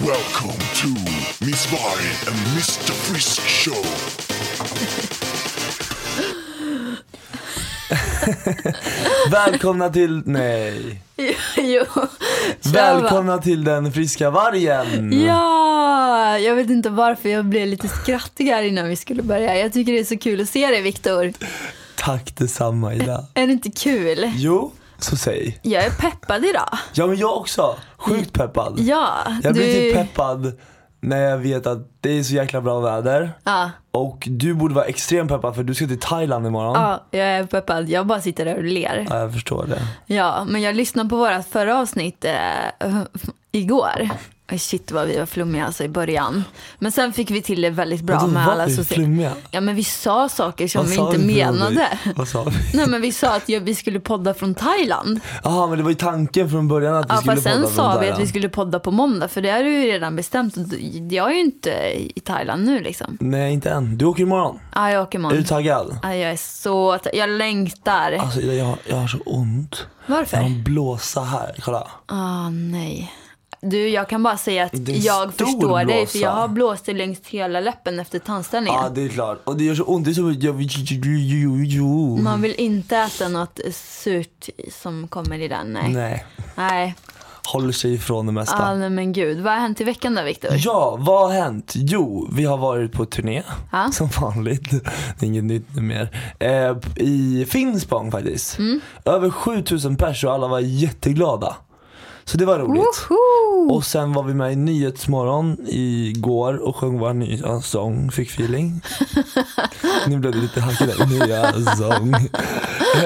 Welcome to Miss Vargen and Mr Frisk Show. Välkomna till, nej. Jo, kör va. Välkomna till den friska vargen. Ja, jag vet inte varför jag blev lite skrattig här innan vi skulle börja. Jag tycker det är så kul att se dig Viktor. Tack detsamma Ida. Är det inte kul? Jo, så säg. Jag är peppad idag. Ja men jag också, sjukt peppad. Ja, Jag blir du... typ peppad när jag vet att det är så jäkla bra väder. Ja, Och du borde vara extremt peppad för du ska till Thailand imorgon. ja, jag är peppad. Jag bara sitter där och ler. Ja, jag förstår det. Ja, men jag lyssnade på vårat förra avsnitt eh, igår. Oj, Shit vad vi var flummiga alltså i början. Men sen fick vi till det väldigt bra Vadå, med vad alla vi är soci- flummiga? Ja men vi sa saker som Vad vi sa inte vi för någonting? menade. Vad sa vi? Nej men vi sa att ja, vi skulle podda från Thailand. Jaha men det var ju tanken från början att vi Ja skulle fast sen podda från sa vi att Thailand. vi skulle podda på måndag för det är ju redan bestämt. Och d- Jag är ju inte i Thailand nu liksom. Nej inte än, du åker imorgon. Ja jag åker Är du imorgon. taggad? Ja, jag är så t- Jag längtar. Alltså Ida, jag, jag har så ont. Jag har Varför? en blåsa här, kolla. Ah nej. Du jag kan bara säga att Det är en jag stor förstår dig för blåsa. jag har blåsor längs hela läppen efter tandställningen. Ja det är klart. Och det gör så ont, det är som jag vill... Man vill inte äta något surt som kommer i den. Nej. Nej, Nej. håller sig ifrån det mesta. Ah, nej men gud. Vad har hänt i veckan då Viktor? Ja, vad har hänt? Jo, vi har varit på turné, Ja. som vanligt. Det är inget nytt nu mer. Eh, I Finspång faktiskt. Mm. Över 7000 personer och alla var jätteglada. Så det var roligt. Woho! Och sen var vi med i Nyhetsmorgon igår och sjöng vår nya sång Fick feeling. nu blev det lite hackigt där. Nya sång.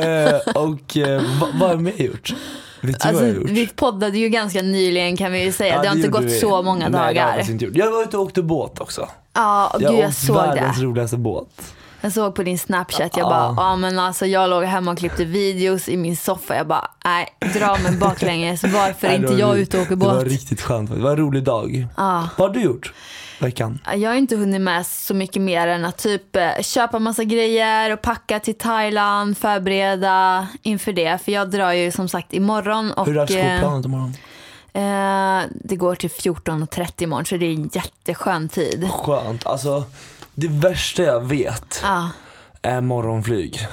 Eh, och eh, va, vad har mer gjort? Vet du Alltså, vad jag har gjort? vi poddade ju ganska nyligen kan vi ju säga. Ja, det har inte gjorde gått vi. så många Nej, det har jag dagar. faktiskt inte gjort. Jag var ute och åkte båt också. Ja, och Jag gud har jag åkt såg det. världens roligaste båt. Jag såg på din Snapchat, jag bara, ja men alltså jag låg hemma och klippte videos i min soffa. Jag bara, nej, dra mig baklänges. Varför är Nej, inte det var jag ri- ute och åker Det var båt? riktigt skönt. Det var en rolig dag. Ja. Vad har du gjort veckan? Jag har inte hunnit med så mycket mer än att typ eh, köpa massa grejer och packa till Thailand, förbereda inför det. För jag drar ju som sagt imorgon och Hur är eh, skolplanet imorgon? eh, det går till 14.30 imorgon så det är en jätteskön tid. Skönt. Alltså, det värsta jag vet Ja. är morgonflyg.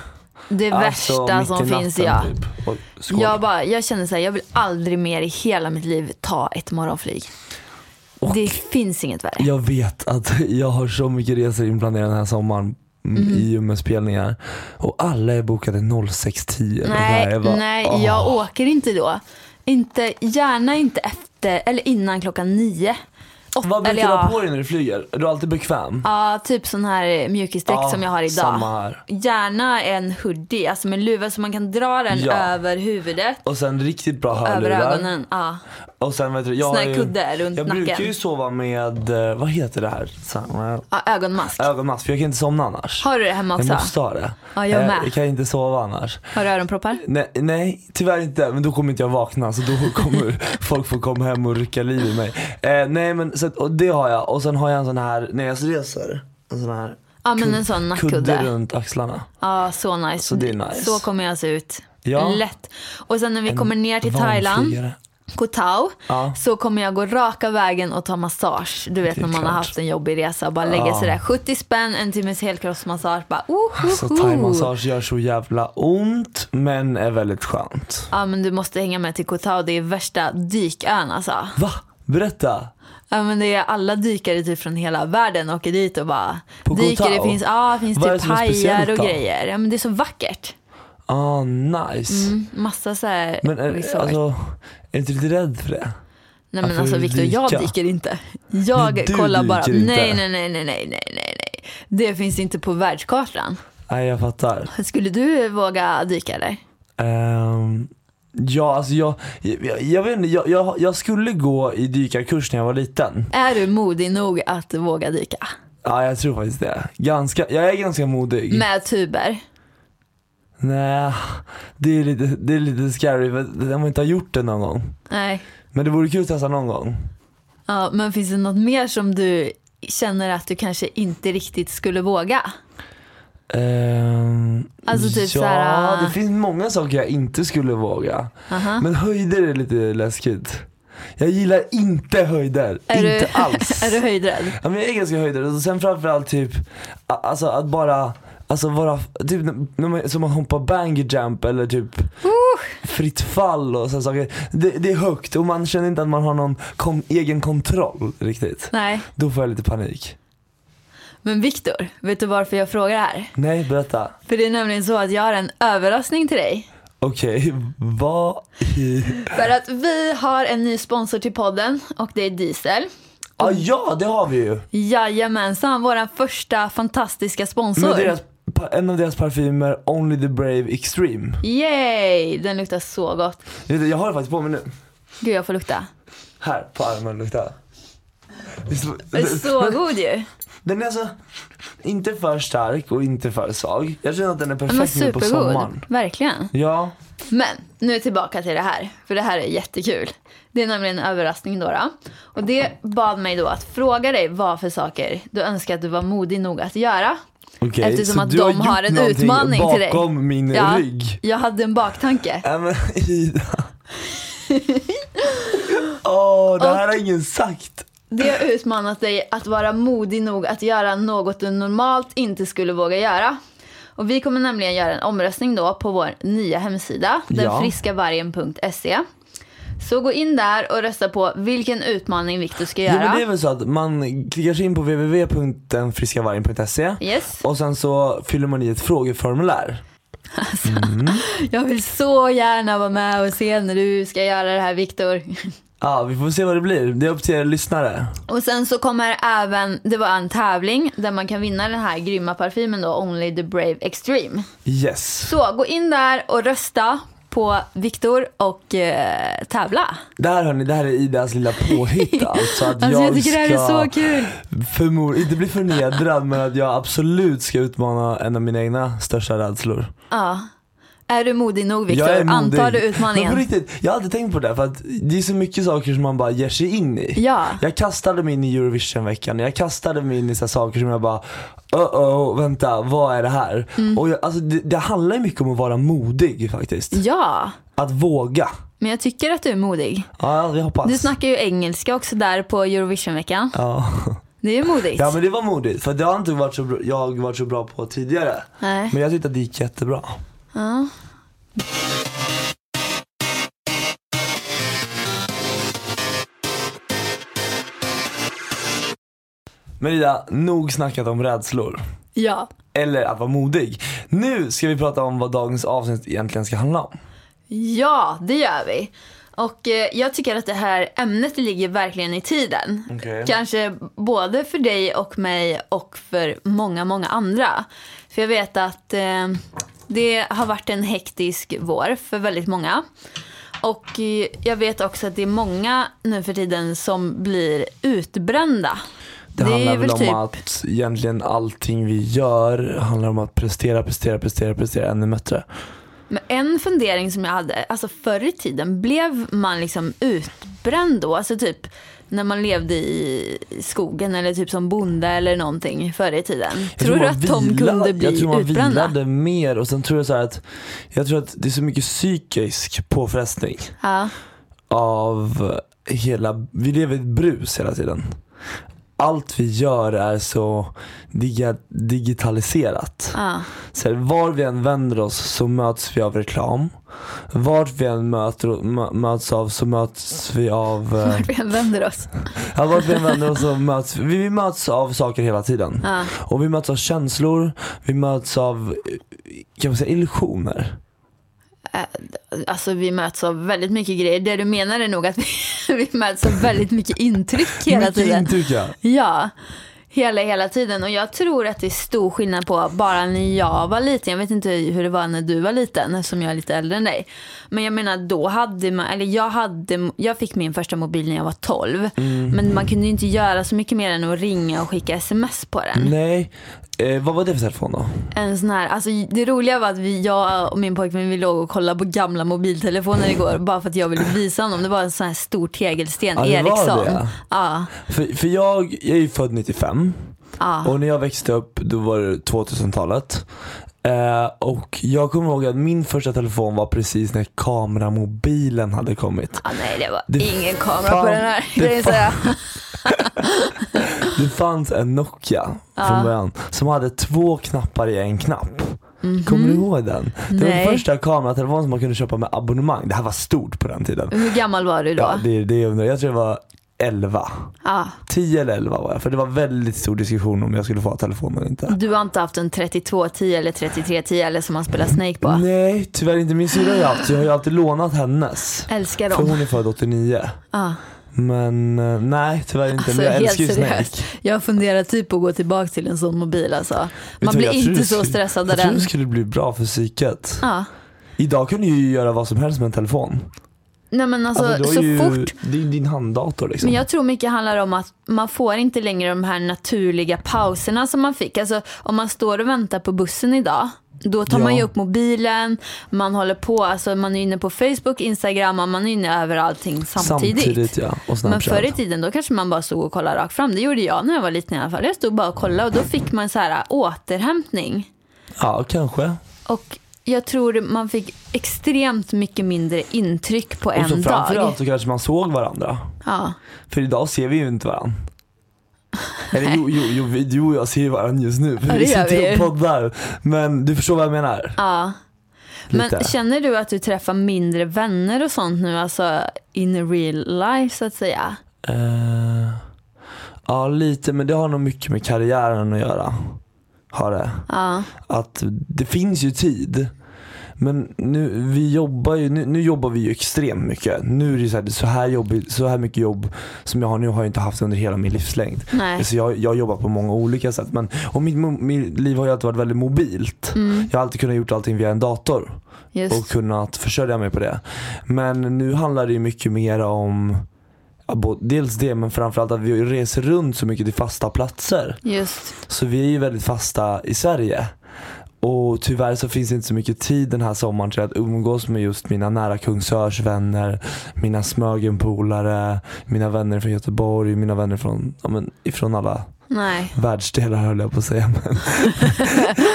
Det värsta Alltså, mitt som i natten, finns ja. Typ. Och skål. Jag, bara, jag känner så här, jag vill aldrig mer i hela mitt liv ta ett morgonflyg. Det finns inget värre. Jag vet att jag har så mycket resor inplanerade den här sommaren mm. i och med spelningar. Och alla är bokade 06.10. nej, jag bara, nej åh. jag åker inte då. Inte, gärna inte efter eller innan klockan nio. Åt- Vad brukar eller du ha ja, på dig när du flyger? Är du alltid bekväm? ja, typ sån här eh, mjukisdräkt Ja, som jag har idag. Samma här. Gärna en hoodie, alltså med luva så man kan dra den Ja. över huvudet, Och sen riktigt bra över hörlurar. ögonen. Ja. Och sen vet du, jag Sån har här ju- kudde runt Jag nacken. brukar ju sova med, eh, vad heter det här? Samma- Ja, ögonmask. Ögonmask, för jag kan inte somna annars. Har du det hemma jag också? måste ha det. Ja, jag Eh, med. jag kan inte sova annars. Har du öronproppar? Nej, nej, tyvärr inte. Men då kommer inte jag vakna så då kommer folk få komma hem och rycka liv i mig. Eh, nej men så att, och det har jag. Och sen har jag en sån här, när jag reser, en sån här Ja men en sån kudde nackkudde. runt axlarna. Ja, så nice. Så Alltså, det är nice. Så kommer jag se ut. Ja. Lätt. Och sen när vi kommer ner till Thailand, Vanflygare. Koh Tao, Ja. så kommer jag gå raka vägen och ta massage. Du vet Det är när man klart. har haft en jobbig resa och bara lägga Ja. sådär 70 spänn, en timmes helkroppsmassage. Bara, oh, oh, Alltså oh. thaimassage gör så jävla ont men är väldigt skönt. Ja men du måste hänga med till Koh Tao, det är värsta dykön alltså. Va? Berätta! Ja men det är alla dykare typ från hela världen åker dit och bara På Koh dyker. Det Tao? finns, ja, det finns Vad är det typ som är speciellt hajar och då? grejer. Ja men det är så vackert. Ah nice. Mm, massa såhär Men är, resort. alltså, är du inte lite rädd för det? Nej men Varför alltså vill du Viktor, jag dyka? dyker inte. Men Jag du kollar bara, dyker inte. nej nej nej nej nej nej nej nej. Det finns inte på världskartan. Nej jag fattar. Skulle du våga dyka eller? Ehm, ja alltså jag, jag, jag vet inte, jag, jag, jag skulle gå i dykarkurs när jag var liten. Är du modig nog att våga dyka? Ja jag tror faktiskt det. Ganska, jag är ganska modig. Med tuber? Nej, det är lite, det är lite scary för att man inte har gjort det någon gång. Nej. Men det vore kul att testa någon gång. Ja, men finns det något mer som du känner att du kanske inte riktigt skulle våga? Ehm, Alltså typ ja, såhär, äh, det finns många saker jag inte skulle våga. Aha. Men höjder är lite läskigt. Jag gillar inte höjder. Är inte du, alls. är du höjdrädd? Ja, men jag är ganska höjdare och sen framförallt typ, a- alltså att bara, alltså vara, typ när man, som man hoppar bungee jump eller typ Uh. fritt fall och sådana saker. Det, det är högt och man känner inte att man har någon kom, egen kontroll riktigt. Nej. Då får jag lite panik. Men Viktor, vet du varför jag frågar det här? Nej, berätta. För det är nämligen så att jag har en överraskning till dig. Okej, vad i... För att vi har en ny sponsor till podden och det är Diesel. Ah, ja, det har vi ju. Jajamensan, vår första fantastiska sponsor. Med deras, pa- en av deras parfymer, Only the Brave Extreme. Yay! Den luktar så gott. Jag vet- jag har det faktiskt på mig nu. Gud, jag får lukta. Här, på armen, lukta. Det är så- Den är så god ju. Den är alltså inte för stark och inte för svag. Jag känner att den är Den var perfekt nu på supergod. sommaren. Verkligen. Ja, Men nu tillbaka till det här, för det här är jättekul. Det är nämligen en överraskning då. då. Och det bad mig då att fråga dig vad för saker du önskar att du var modig nog att göra. okej. Eftersom så att du de gjort har en någonting utmaning till dig. bakom min Ja, rygg. jag hade en baktanke. Nej men Ida. Åh, det här har ingen sagt. Det har utmanat dig att vara modig nog att göra något du normalt inte skulle våga göra. Och vi kommer nämligen göra en omröstning då på vår nya hemsida, denfriskavargen.se. Så gå in där och rösta på vilken utmaning Viktor ska Jo, men det är göra. väl så att man klickar sig in på www.denfriskavargen.se Yes. och sen så fyller man i ett frågeformulär. Jag vill så gärna vara med och se när du ska göra det här Viktor. Ja, vi får se vad det blir. Det är upp till er lyssnare. Och sen så kommer även, det var en tävling där man kan vinna den här grymma parfymen då, Only the Brave Extreme. Yes. Så gå in där och rösta på Viktor och eh, tävla. Det här hörni, det här är Idas lilla påhitt alltså. Att Alltså jag tycker ska... det här är så kul. förmor, inte bli förnedrad men att jag absolut ska utmana en av mina egna största rädslor. Ja. Är du modig nog Viktor? jag är modig. Antar du Men på utmaningen? riktigt, jag har aldrig tänkt på det för att det är så mycket saker som man bara ger sig in i. Ja. Jag kastade mig in i Eurovision-veckan, jag kastade mig in i så här saker som jag bara oh oh, vänta, vad är det här? Mm. Och jag, alltså, det, det handlar ju mycket om att vara modig faktiskt. Ja, Att våga. men jag tycker att du är modig. Ja, jag hoppas. Du snackar ju engelska också där på Eurovisionveckan. ja. Det är ju modigt. ja, men det var modigt. För det har inte varit så bra, jag varit så bra på tidigare. Nej. Men jag tyckte att det gick jättebra. Ja. Men Ida, nog snackat om rädslor. ja. Eller att vara modig. Nu ska vi prata om vad dagens avsnitt egentligen ska handla om. Ja, det gör vi. Och eh, jag tycker att det här ämnet ligger verkligen i tiden. Okej. Kanske både för dig och mig och för många, många andra. För jag vet att eh, det har varit en hektisk vår för väldigt många. Och eh, jag vet också att det är många nu för tiden som blir utbrända. Det, handlar är typ väl om att egentligen allting vi gör handlar om att prestera, prestera, prestera, prestera ännu bättre. Men en fundering som jag hade, alltså förr i tiden, blev man liksom utbränd då? Alltså typ när man levde i skogen eller typ som bonde eller någonting förr i tiden. Jag tror du man att de vilar- kunde bli Jag tror man utbrända? vilade mer och sen tror jag så här att jag tror att det är så mycket psykisk påfrestning Ja. av hela, vi lever i ett brus hela tiden. Allt vi gör är så diga- digitaliserat. ja. Så här, var vi än vänder oss så möts vi av reklam. Vart vi än möter, mö, möts av så möts vi av... Eh, Vart vi än vänder oss. ja, vart vi än vänder oss så möts vi. Vi möts av saker hela tiden. Ja. Och vi möts av känslor, vi möts av eh, kan man säga illusioner. Alltså vi möts av väldigt mycket grejer. Det du menar är nog att vi, vi möts av väldigt mycket intryck hela Mycket tiden. intryck ja. Ja, hela, hela tiden. Och jag tror att det är stor skillnad på bara när jag var liten. Jag vet inte hur det var när du var liten, eftersom jag är lite äldre än dig. Men jag menar, då hade man, eller jag hade, jag fick min första mobil när jag var 12. Mhm. Men man kunde ju inte göra så mycket mer än att ringa och skicka sms på den. Nej, eh, vad var det för telefon då? En sån här, alltså det roliga var att vi, jag och min pojkvän vi låg och kollade på gamla mobiltelefoner igår bara för att jag ville visa honom. Det var en sån här stor tegelsten, Ja, det var Ericsson. det. Ja, För, för jag, jag är ju född 95 ja. och när jag växte upp då var det 2000-talet. Eh, och jag kommer ihåg att min första telefon var precis när kameramobilen hade kommit. Ah, nej, det var Det ingen kamera fan- på den här det grejen fan- säger jag. Det fanns en Nokia från början som hade två knappar i en knapp. Kommer du ihåg den? Det var Nej. den första kameratelefonen som man kunde köpa med abonnemang. Det här var stort på den tiden. Hur gammal var du då? Ja, det är det jag undrar. Jag tror jag var 11. Ah, 10 eller 11 var jag. För det var väldigt stor diskussion om jag skulle få ha telefon eller inte. du har inte haft en 3210 eller 3310 eller som man spelar Snake på? Nej, tyvärr inte. Min syrra har jag haft. så Jag har ju alltid lånat hennes. Älskar För dem. hon är född 89. Ah. Men eh, nej, tyvärr inte. Alltså, men jag helt älskar ju Snake. seriöst. Jag funderar typ på att gå tillbaka till en sån mobil alltså. Vet Man du vad, blir jag tror inte det så skulle- stressad av Jag tror den. det skulle bli bra för psyket. Ja. Idag kan du ju göra vad som helst med en telefon. Nej men alltså, du har så ju, fort Det är ju din handdator liksom. Men jag tror mycket handlar om att man får inte längre de här naturliga pauserna som man fick. Alltså om man står och väntar på bussen idag, då tar man Ja. ju upp mobilen, man håller på, alltså man är inne på Facebook, Instagram, och man är inne över allting samtidigt. Samtidigt ja, och Men Snapchat. förr i tiden då kanske man bara stod och kollade rakt fram. Det gjorde jag när jag var liten i alla fall. Jag stod bara och kollade och då fick man så här äh, återhämtning. Ja, kanske. Och jag tror man fick extremt mycket mindre intryck på Och så en dag. framförallt så kanske man såg varandra. Ja. För idag ser vi ju inte varandra. Eller jo, jo, jo, vi- du och jag ser ju varandra just nu. För Ja, det vi gör sitter vi. och poddar. Men du förstår vad jag menar? ja. Lite. Men känner du att du träffar mindre vänner och sånt nu, alltså in real life så att säga? Eh, ja, lite. Men det har nog mycket med karriären att göra. Har det. Ja, att det finns ju tid. Men nu, vi jobbar ju, nu, nu jobbar vi ju extremt mycket. Nu är det ju så här, så här, jobb, så här mycket jobb som jag har nu har jag inte haft under hela min livslängd. nej. Så jag, jag jobbar på många olika sätt. Men, och mitt, mo- mitt liv har ju alltid varit väldigt mobilt. Mm, Jag har alltid kunnat gjort allting via en dator och just. kunnat försörja mig på det. Men nu handlar det ju mycket mer om ja, bo- dels det men framförallt att vi reser runt så mycket till fasta platser. Just. Så vi är ju väldigt fasta i Sverige. Och tyvärr så finns det inte så mycket tid den här sommaren till att umgås med just mina nära Kungsörsvänner, mina Smögenpolare, mina vänner från Göteborg, mina vänner från, ja men ifrån alla Nej. världsdelar höll jag på att säga. Men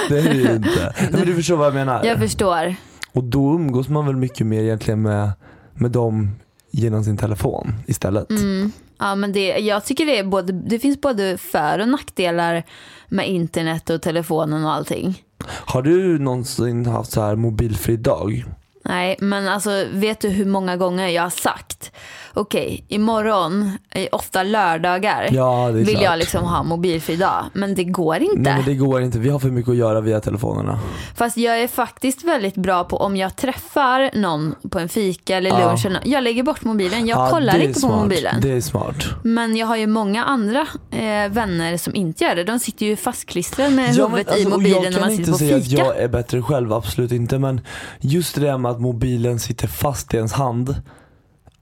det är det ju inte. Nej, men du förstår vad jag menar. Jag förstår. Och då umgås man väl mycket mer egentligen med, med dem genom sin telefon istället. Mm. Ja, men det, jag tycker det, är både, det finns både för och nackdelar med internet och telefonen och allting. Har du någonsin haft så här mobilfri dag? Nej, men alltså vet du hur många gånger jag har sagt okej, imorgon, eh, ofta lördagar, Ja, det är vill klart. jag liksom ha mobilfri dag. Men det går inte. Nej men det går inte, vi har för mycket att göra via telefonerna. Fast jag är faktiskt väldigt bra på om jag träffar någon på en fika eller Ja. lunch. eller nå- Jag lägger bort mobilen. Jag Ja, kollar det är inte på smart. mobilen. Det är smart. Men jag har ju många andra eh, vänner som inte gör det. De sitter ju fastklistrade med Ja, men huvudet alltså, i och mobilen när man Jag kan sitter inte på säga fika. att jag är bättre själv, absolut inte. Men just det där med att mobilen sitter fast i ens hand.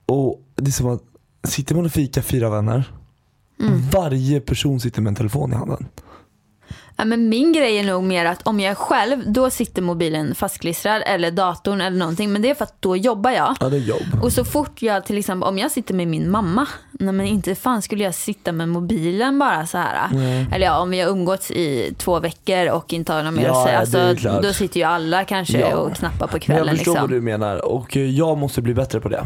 Och det är som att, sitter man och fika fyra vänner. Mm. Varje person sitter med en telefon i handen. Ja, men min grej är nog mer att om jag är själv, då sitter mobilen fastklistrad eller datorn eller någonting. Men det är för att då jobbar jag. Ja det är jobb. Och så fort jag till exempel, om jag sitter med min mamma, nej men inte fan skulle jag sitta med mobilen bara så här. Nej. Eller ja, om vi har umgåtts i två veckor och inte har något mer Ja, att säga, ja, det är alltså, klart. då sitter ju alla kanske Ja. och knappar på Men jag kvällen. förstår liksom. vad du menar och eh, jag måste bli bättre på det.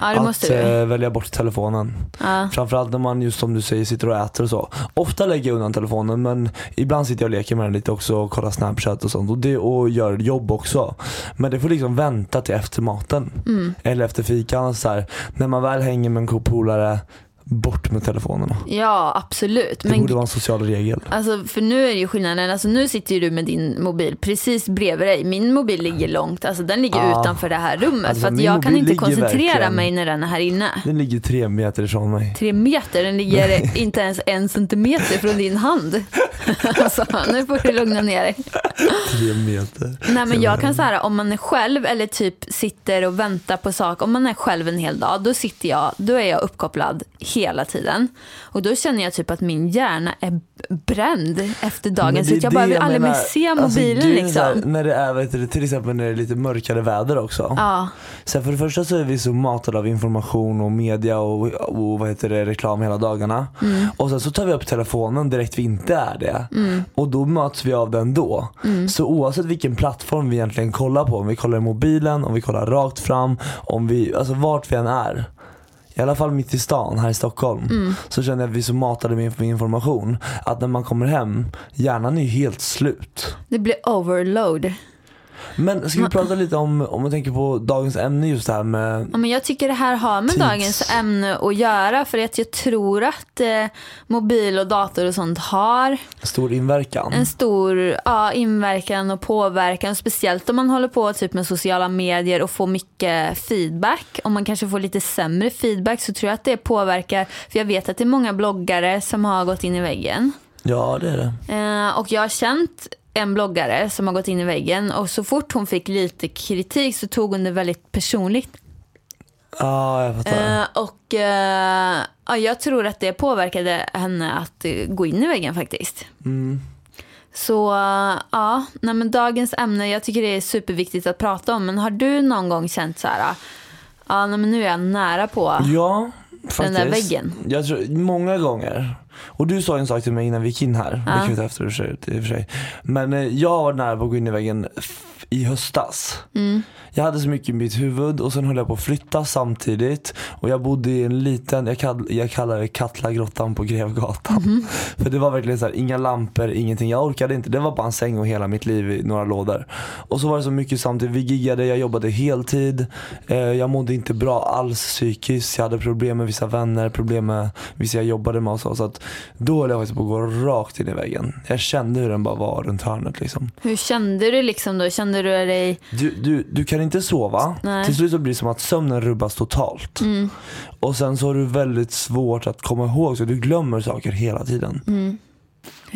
Ja, det att måste du. eh, välja bort telefonen. Ja. Framförallt när man just som du säger sitter och äter och så. Ofta lägger jag undan telefonen men ibland sitter jag och leker med den lite också och kollar snapchat och sånt och, det, och gör jobb också. Men det får liksom vänta till efter maten. Mm. Eller efter fikan. alltså Så här. När man väl hänger med en god polare, bort med telefonerna. Ja, absolut. Det Men borde vara en social regel. Alltså, för nu är ju skillnaden, alltså, nu sitter ju du med din mobil precis bredvid dig. Min mobil ligger långt, alltså, den ligger Ja. utanför det här rummet. Alltså, för att min jag kan mobil inte ligger koncentrera verkligen- mig när den är här inne. Den ligger tre meter ifrån mig. Tre meter, den ligger inte ens en centimeter från din hand. alltså, nu får du lugna ner dig. Tre meter. Nej men jag kan säga om man är själv eller typ sitter och väntar på saker. Om man är själv en hel dag, då sitter jag, då är jag uppkopplad hela tiden. Och då känner jag typ att min hjärna är b- bränd efter dagen. Men Så det är att jag det bara vill aldrig mer menar. se Alltså, mobilen grejen är så här, liksom. när det är, vet du, till exempel när det är lite mörkare väder också. Ja, Så här, för det första så är vi så matade av information och media och, och vad heter det, reklam hela dagarna. Och sen så tar vi upp telefonen direkt vi inte är det. Och då möts vi av den då. Så oavsett vilken plattform vi egentligen kollar på, om vi kollar i mobilen, om vi kollar rakt fram, om vi, alltså vart vi än är. I alla fall mitt i stan här i Stockholm. Så känner jag att vi är så matade med med information. Att när man kommer hem, hjärnan är ju helt slut. Det blir overload. Men ska vi prata lite om, om man tänker på dagens ämne just det här med Ja, men jag tycker det här har med Tids. dagens ämne att göra för att jag tror att eh, mobil och dator och sånt har stor inverkan. en stor ja, inverkan och påverkan. Speciellt om man håller på typ med sociala medier och får mycket feedback. Om man kanske får lite sämre feedback så tror jag att det påverkar. För jag vet att det är många bloggare som har gått in i väggen. Ja det är det. Eh, och jag har känt en bloggare som har gått in i väggen och så fort hon fick lite kritik så tog hon det väldigt personligt. Ja jag fattar. Eh, och eh, ja, jag tror att det påverkade henne att eh, gå in i väggen faktiskt. Mm. Så eh, ja, nej, men dagens ämne, jag tycker det är superviktigt att prata om. Men har du någon gång känt så här, eh, ja nej, men nu är jag nära på. Ja, faktiskt. där väggen. Jag tror, många gånger. Och du sa en sak till mig innan vi gick in här. Det kan vi ta efter i och för sig- i och för sig. Men eh, jag var nära på att gå in i väggen f- i höstas. Mm. Jag hade så mycket i mitt huvud och sen höll jag på att flytta samtidigt. Och jag bodde i en liten, jag, kall, jag kallar det Katlagrottan på Grevgatan. Mhm. För det var verkligen så här, inga lampor, ingenting. Jag orkade inte. Det var bara en säng och hela mitt liv i några lådor. Och så var det så mycket samtidigt. Vi giggade, jag jobbade heltid. Eh, jag mådde inte bra alls psykiskt. Jag hade problem med vissa vänner, problem med vissa jag jobbade med och så. så att då höll jag faktiskt på att gå rakt in i väggen. Jag kände hur den bara var runt hörnet liksom. Hur kände du liksom då? Kände du dig, Du, du, du kan inte sova. Nej. Mm. Till slut så blir det som att sömnen rubbas totalt. Och sen så har du väldigt svårt att komma ihåg så du glömmer saker hela tiden. Mm.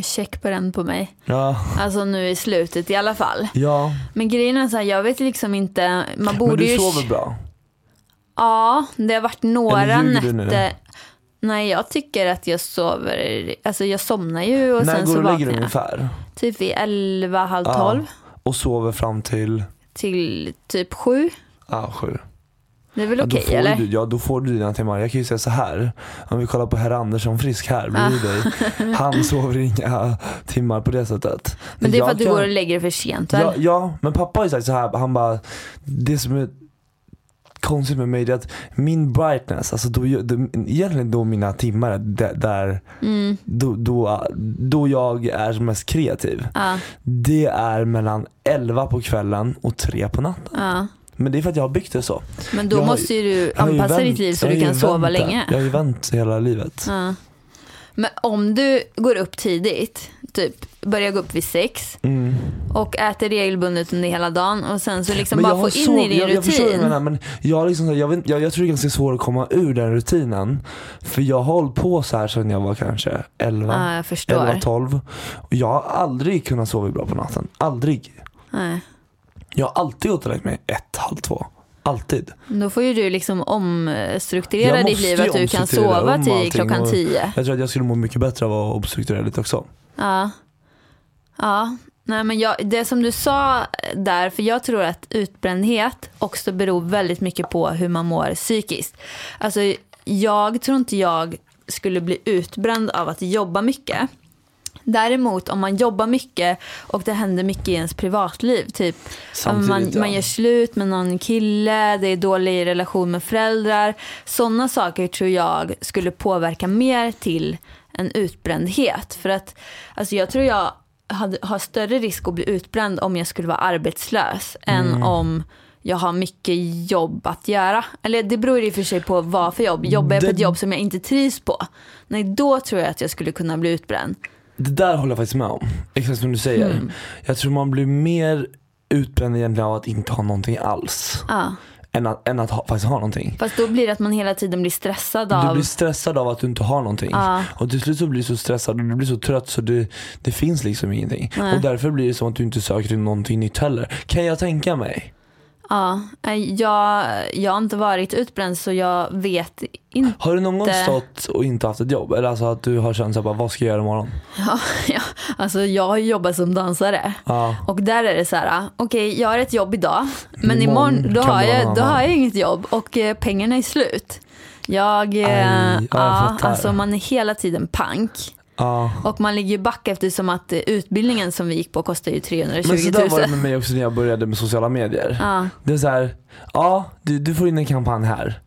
check på den på mig. Ja, Alltså nu i slutet i alla fall. ja. Men grejen är så här, jag vet liksom inte, man borde Men du ju... sover bra. Ja, det har varit några Eller ljuger du nu? nätter. Nej, jag tycker att jag sover. Alltså jag somnar ju och När sen går så du och lägger dig vaknar jag. ungefär? Typ vid 11, halv Ja. 12 Och sover fram till till typ 7. ah, sju. Det är väl Ja, då okej får eller? Du, ja då får du dina timmar. Jag kan ju säga så här. Om vi kollar på herr Andersson Frisk här Ah. bredvid dig. Han sover inga timmar på det sättet. Men det är för Jag att du kan- går och lägger dig för sent väl? Ja, ja, men pappa har ju sagt så här, han bara Det som är konstigt med mig det är att min brightness, alltså då, jag- då, egentligen då mina timmar är där, där Mm. då, då, då jag är som mest kreativ. Ja, Det är mellan 11 på kvällen och 3 på natten. ja. Men, Men det är för att jag har byggt det så. Jag då har- måste ju du Jag har ju anpassa vänt- ditt liv så jag har du ju kan sova vänt det. länge. Jag har ju vänt hela livet. Ja. Men om du går upp tidigt, typ börjar gå upp vid sex Mm. och äter regelbundet under hela dagen och sen så liksom Men jag bara har få in sov- i din jag, jag förstår vad rutin. du menar, men jag, har liksom, så här- jag, vet, jag, jag tror det är ganska svårt att komma ur den rutinen. För jag har hållit på så här sedan jag var kanske 11, Ja, jag förstår. 11 12. Och jag har aldrig kunnat sova bra på natten. Aldrig. Nej. Jag har alltid gått och lagt mig ett, halv två. Alltid. Då får ju du liksom omstrukturera Jag ditt liv måste ju att du kan omstrukturera sova om till allting klockan och- tio. Jag tror att jag skulle må mycket bättre av att vara obstrukturerad lite också. Ja. Ja. Nej, men jag, det som du sa där, för jag tror att utbrändhet också beror väldigt mycket på hur man mår psykiskt. Alltså, jag tror inte jag skulle bli utbränd av att jobba mycket. Däremot om man jobbar mycket och det händer mycket i ens privatliv. Typ Samtidigt, man, ja. man gör slut med någon kille, det är dålig relation med föräldrar. Sådana saker tror jag skulle påverka mer till en utbrändhet. För att alltså jag tror jag hade, har större risk att bli utbränd om jag skulle vara arbetslös Mm. än om jag har mycket jobb att göra. Eller det beror i och för sig på vad för jobb. Jobbar jag på ett Det- jobb som jag inte trivs på? Nej, då tror jag att jag skulle kunna bli utbränd. Det där håller jag faktiskt med om. Exakt som du säger. Mm. Jag tror man blir mer utbränd egentligen av att inte ha någonting alls. Ja. Än att, än att ha, faktiskt ha någonting. Fast då blir det att man hela tiden blir stressad av... Du blir stressad av att du inte har någonting. Ja. Och till slut så blir du så stressad och du blir så trött så det, det finns liksom ingenting. Nej. Och därför blir det som att du inte söker till någonting nytt heller. Kan jag tänka mig? Ja, nej, jag, jag har inte varit utbränd så jag vet inte. Har du någon gång Det- stått och inte haft ett jobb? Eller alltså att du har känt såhär, vad ska jag göra imorgon? Ja, alltså jag har ju jobbat som dansare. Ja. Och där är det så här, ah, okej jag har ett jobb idag men Imorgon imorgon då kan har, det vara jag, någon då har annan. jag inget jobb och eh, pengarna är slut. Jag, eh, Aj, ja, jag ja, fattar. alltså man är hela tiden pank. Ja. Och man ligger ju back eftersom att eh, utbildningen som vi gick på kostar ju 320 Men 000. så där var det med mig också när jag började med sociala medier. Ja. Det är så här, ja du, du får in en kampanj här.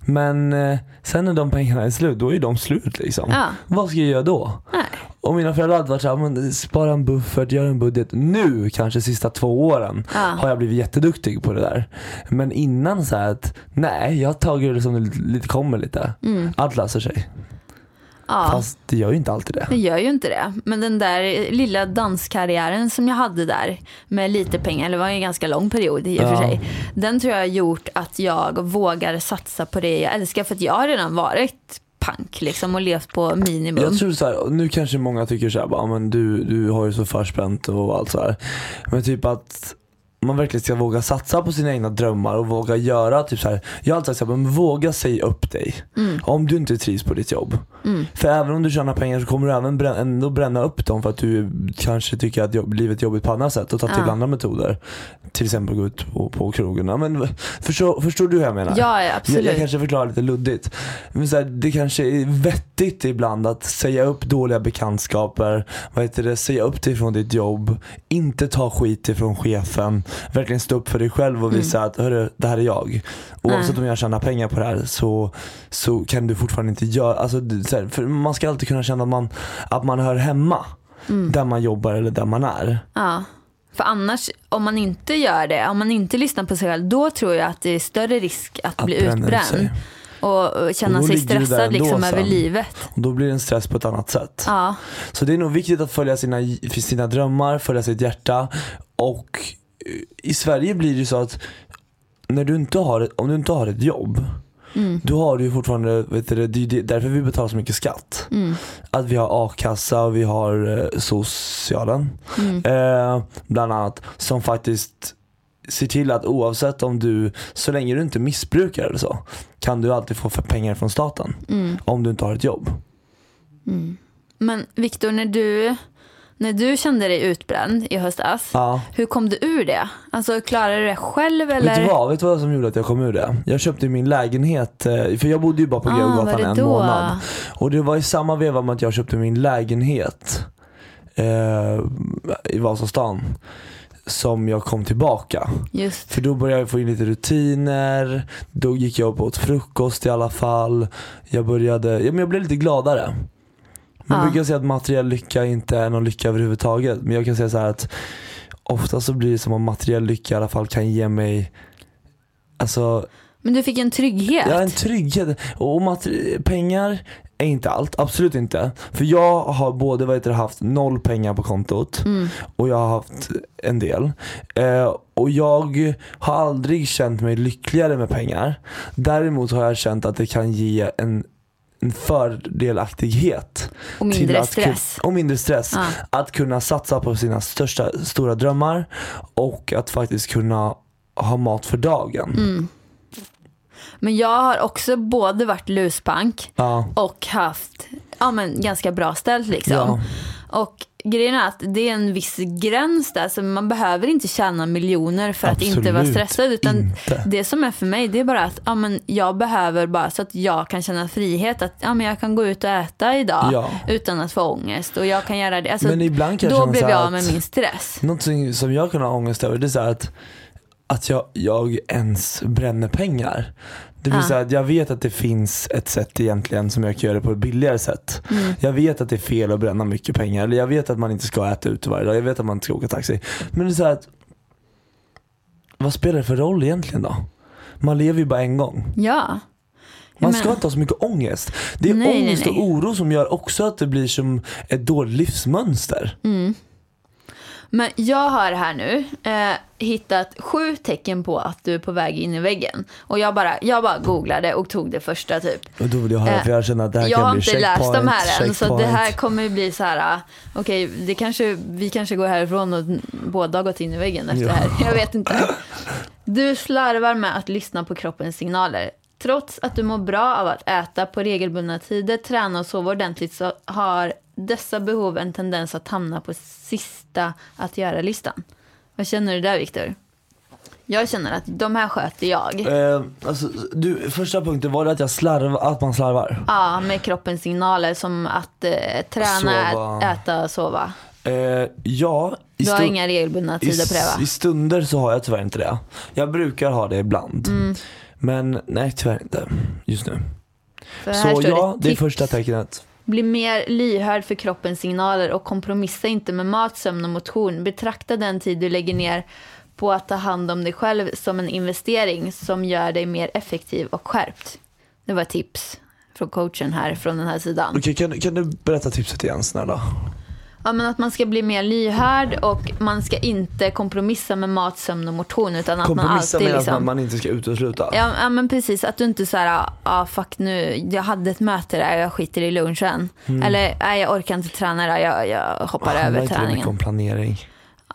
Men eh, sen när de pengarna är slut, då är de slut liksom. Ja. Vad ska jag göra då? Nej. Och mina föräldrar hade varit såhär, men spara en buffert, gör en budget. Nu, kanske sista två åren, Ja. har jag blivit jätteduktig på det där. Men innan så här att, nej, jag har tagit det som det lite kommer lite. Allt löser sig. Mm. Ja. Fast det gör ju inte alltid det. Det gör ju inte det. Men den där eh, lilla danskarriären som jag hade där med lite pengar, eller det var ju en ganska lång period i och för Ja. sig. Den tror jag har gjort att jag vågar satsa på det jag älskar för att jag har redan varit pank liksom och levt på minimum. Jag tror så här, och nu kanske många tycker så här, bara, "Ah, men du, du har ju så förspänt och allt så här. Men typ att man verkligen ska våga satsa på sina egna drömmar och våga göra typ så här. Jag har alltid sagt så här, men våga säga upp dig. Mm. Om du inte trivs på ditt jobb. För även om du tjänar pengar så kommer du även brän- ändå bränna upp dem för att du kanske tycker att jobb, livet är jobbigt på andra sätt och tar till Ja. andra metoder. Till exempel gå ut på, på krogen. Ja, Men, förstår, förstår du hur jag menar? Ja, ja, absolut. Jag, jag kanske förklarar lite luddigt. Men så här, det kanske är vettigt ibland att säga upp dåliga bekantskaper, vad heter det, säga upp dig från ditt jobb, inte ta skit ifrån chefen, verkligen stå upp för dig själv och visa att hörru, det här är jag. Oavsett om jag tjänar pengar på det här så, så kan du fortfarande inte göra, alltså, du- så här, för man ska alltid kunna känna att man, att man hör hemma. Där man jobbar eller där man är. Ja. För annars, om man inte gör det, om man inte lyssnar på sig själv, då tror jag att det är större risk att, Att bli bränna ut utbränd. sig. Och, och känna Och då sig ligger du där stressad ändå liksom sen. över livet. Och då blir det en stress på ett annat sätt. Ja. Så det är nog viktigt att följa sina, sina drömmar, följa sitt hjärta. Och eh, i Sverige blir det ju så att när du inte har, om du inte har ett jobb, då har du ju fortfarande, vet du, det, det är ju det- därför vi betalar så mycket skatt. Att vi har a-kassa och vi har eh, socialen. Eh, bland annat. Som faktiskt ser till att oavsett om du, så länge du inte missbrukar eller så, kan du alltid få för pengar från staten. Om du inte har ett jobb. Men Viktor, när du, när du kände dig utbränd i höstas, Ja. hur kom du ur det? Alltså klarade du det själv eller? Vet du, vad, vet du vad som gjorde att jag kom ur det? Jag köpte min lägenhet, eh, för jag bodde ju bara på Ah, var Grevgatan det en då? månad. Och det var i samma veva med att jag köpte min lägenhet eh, i Vasastan. Som jag kom tillbaka. Just. För då började jag få in lite rutiner, då gick jag upp och åt frukost i alla fall. Jag började, ja, men jag blev lite gladare. Man Ja. brukar säga att materiell lycka inte är någon lycka överhuvudtaget. Men jag kan säga så här att ofta så blir det som om materiell lycka i alla fall kan ge mig Alltså, Men du fick en trygghet. jag har en trygghet. Och materi- pengar är inte allt, absolut inte. För jag har både vad heter det, haft noll pengar på kontot Mm. och jag har haft en del. Eh, och jag har aldrig känt mig lyckligare med pengar. Däremot har jag känt att det kan ge en, en fördelaktighet. Och till mindre att kun- stress. Och mindre stress. Ja. Att kunna satsa på sina största, stora drömmar och att faktiskt kunna ha mat för dagen. Mm. Men jag har också både varit luspank Ja. och haft ja, men, ganska bra ställt liksom. Ja. Och grejen är att det är en viss gräns där, så man behöver inte tjäna miljoner för att inte vara Absolut stressad. Utan inte. det som är för mig, det är bara att ja, men jag behöver bara så att jag kan känna frihet. Att ja, men jag kan gå ut och äta idag Ja. utan att få ångest. Och jag kan göra det. Alltså, Men ibland kan jag då känna så blev här jag av med att- min stress. Någonting som jag kan ha ångest över det är så här att, att jag, jag ens bränner pengar. Det vill Ah. säga att jag vet att det finns ett sätt egentligen som jag kan göra det på ett billigare sätt. Mm. Jag vet att det är fel att bränna mycket pengar. Eller jag vet att man inte ska äta ute varje dag. Jag vet att man inte ska åka taxi. Men det är så här att, vad spelar det för roll egentligen då? Man lever ju bara en gång. Ja. Man Men- ska inte ha så mycket ångest. Det är Nej, nej, ångest nej. och oro som gör också att det blir som ett dåligt livsmönster. Men jag har här nu eh, hittat sju tecken på att du är på väg in i väggen. Och jag bara, jag bara googlade och tog det första typ. Och då vill jag höra Eh, för jag känner att det här Jag kan har bli inte läst de här än, så det checkpoint. här kommer ju bli så här, ah, okej, det kanske, vi kanske går härifrån och båda har gått in i väggen efter det här. Jag vet inte. Du slarvar med att lyssna på kroppens signaler. Trots att du mår bra av att äta på regelbundna tider, träna och sova ordentligt så har dessa behov en tendens att hamna på sista att göra-listan. Vad känner du där, Viktor? Jag känner att de här sköter jag. Ja, Eh, alltså, du, första punkten var det att, jag slarv, att man slarvar. med kroppens signaler som att eh, träna, Sova. ä- äta, sova. Eh, ja, i, Du har stu- inga regelbundna i, tider på det s- i va? stunder så har jag tyvärr inte det. Jag brukar ha det ibland. Mm. Men nej tyvärr inte just nu. För här Så står ja, det är tips. första tecknet. Bli mer lyhörd för kroppens signaler och kompromissa inte med mat, sömn och motion. Betrakta den tid du lägger ner på att ta hand om dig själv som en investering som gör dig mer effektiv och skärpt. Det var tips från coachen här från den här sidan. Okej, kan, kan du berätta tipset igen snälla? Ja, men att man ska bli mer lyhörd och man ska inte kompromissa med mat, sömn och motion utan att man Kompromissa alltid med att liksom... man- man inte ska utesluta. Ja, ja men precis, att du inte så här, ja ah, fuck nu, jag hade ett möte där, jag skiter i lunchen. Mm. Eller, nej jag orkar inte träna där, jag, jag hoppar handlar över inte det mycket träningen. om planering?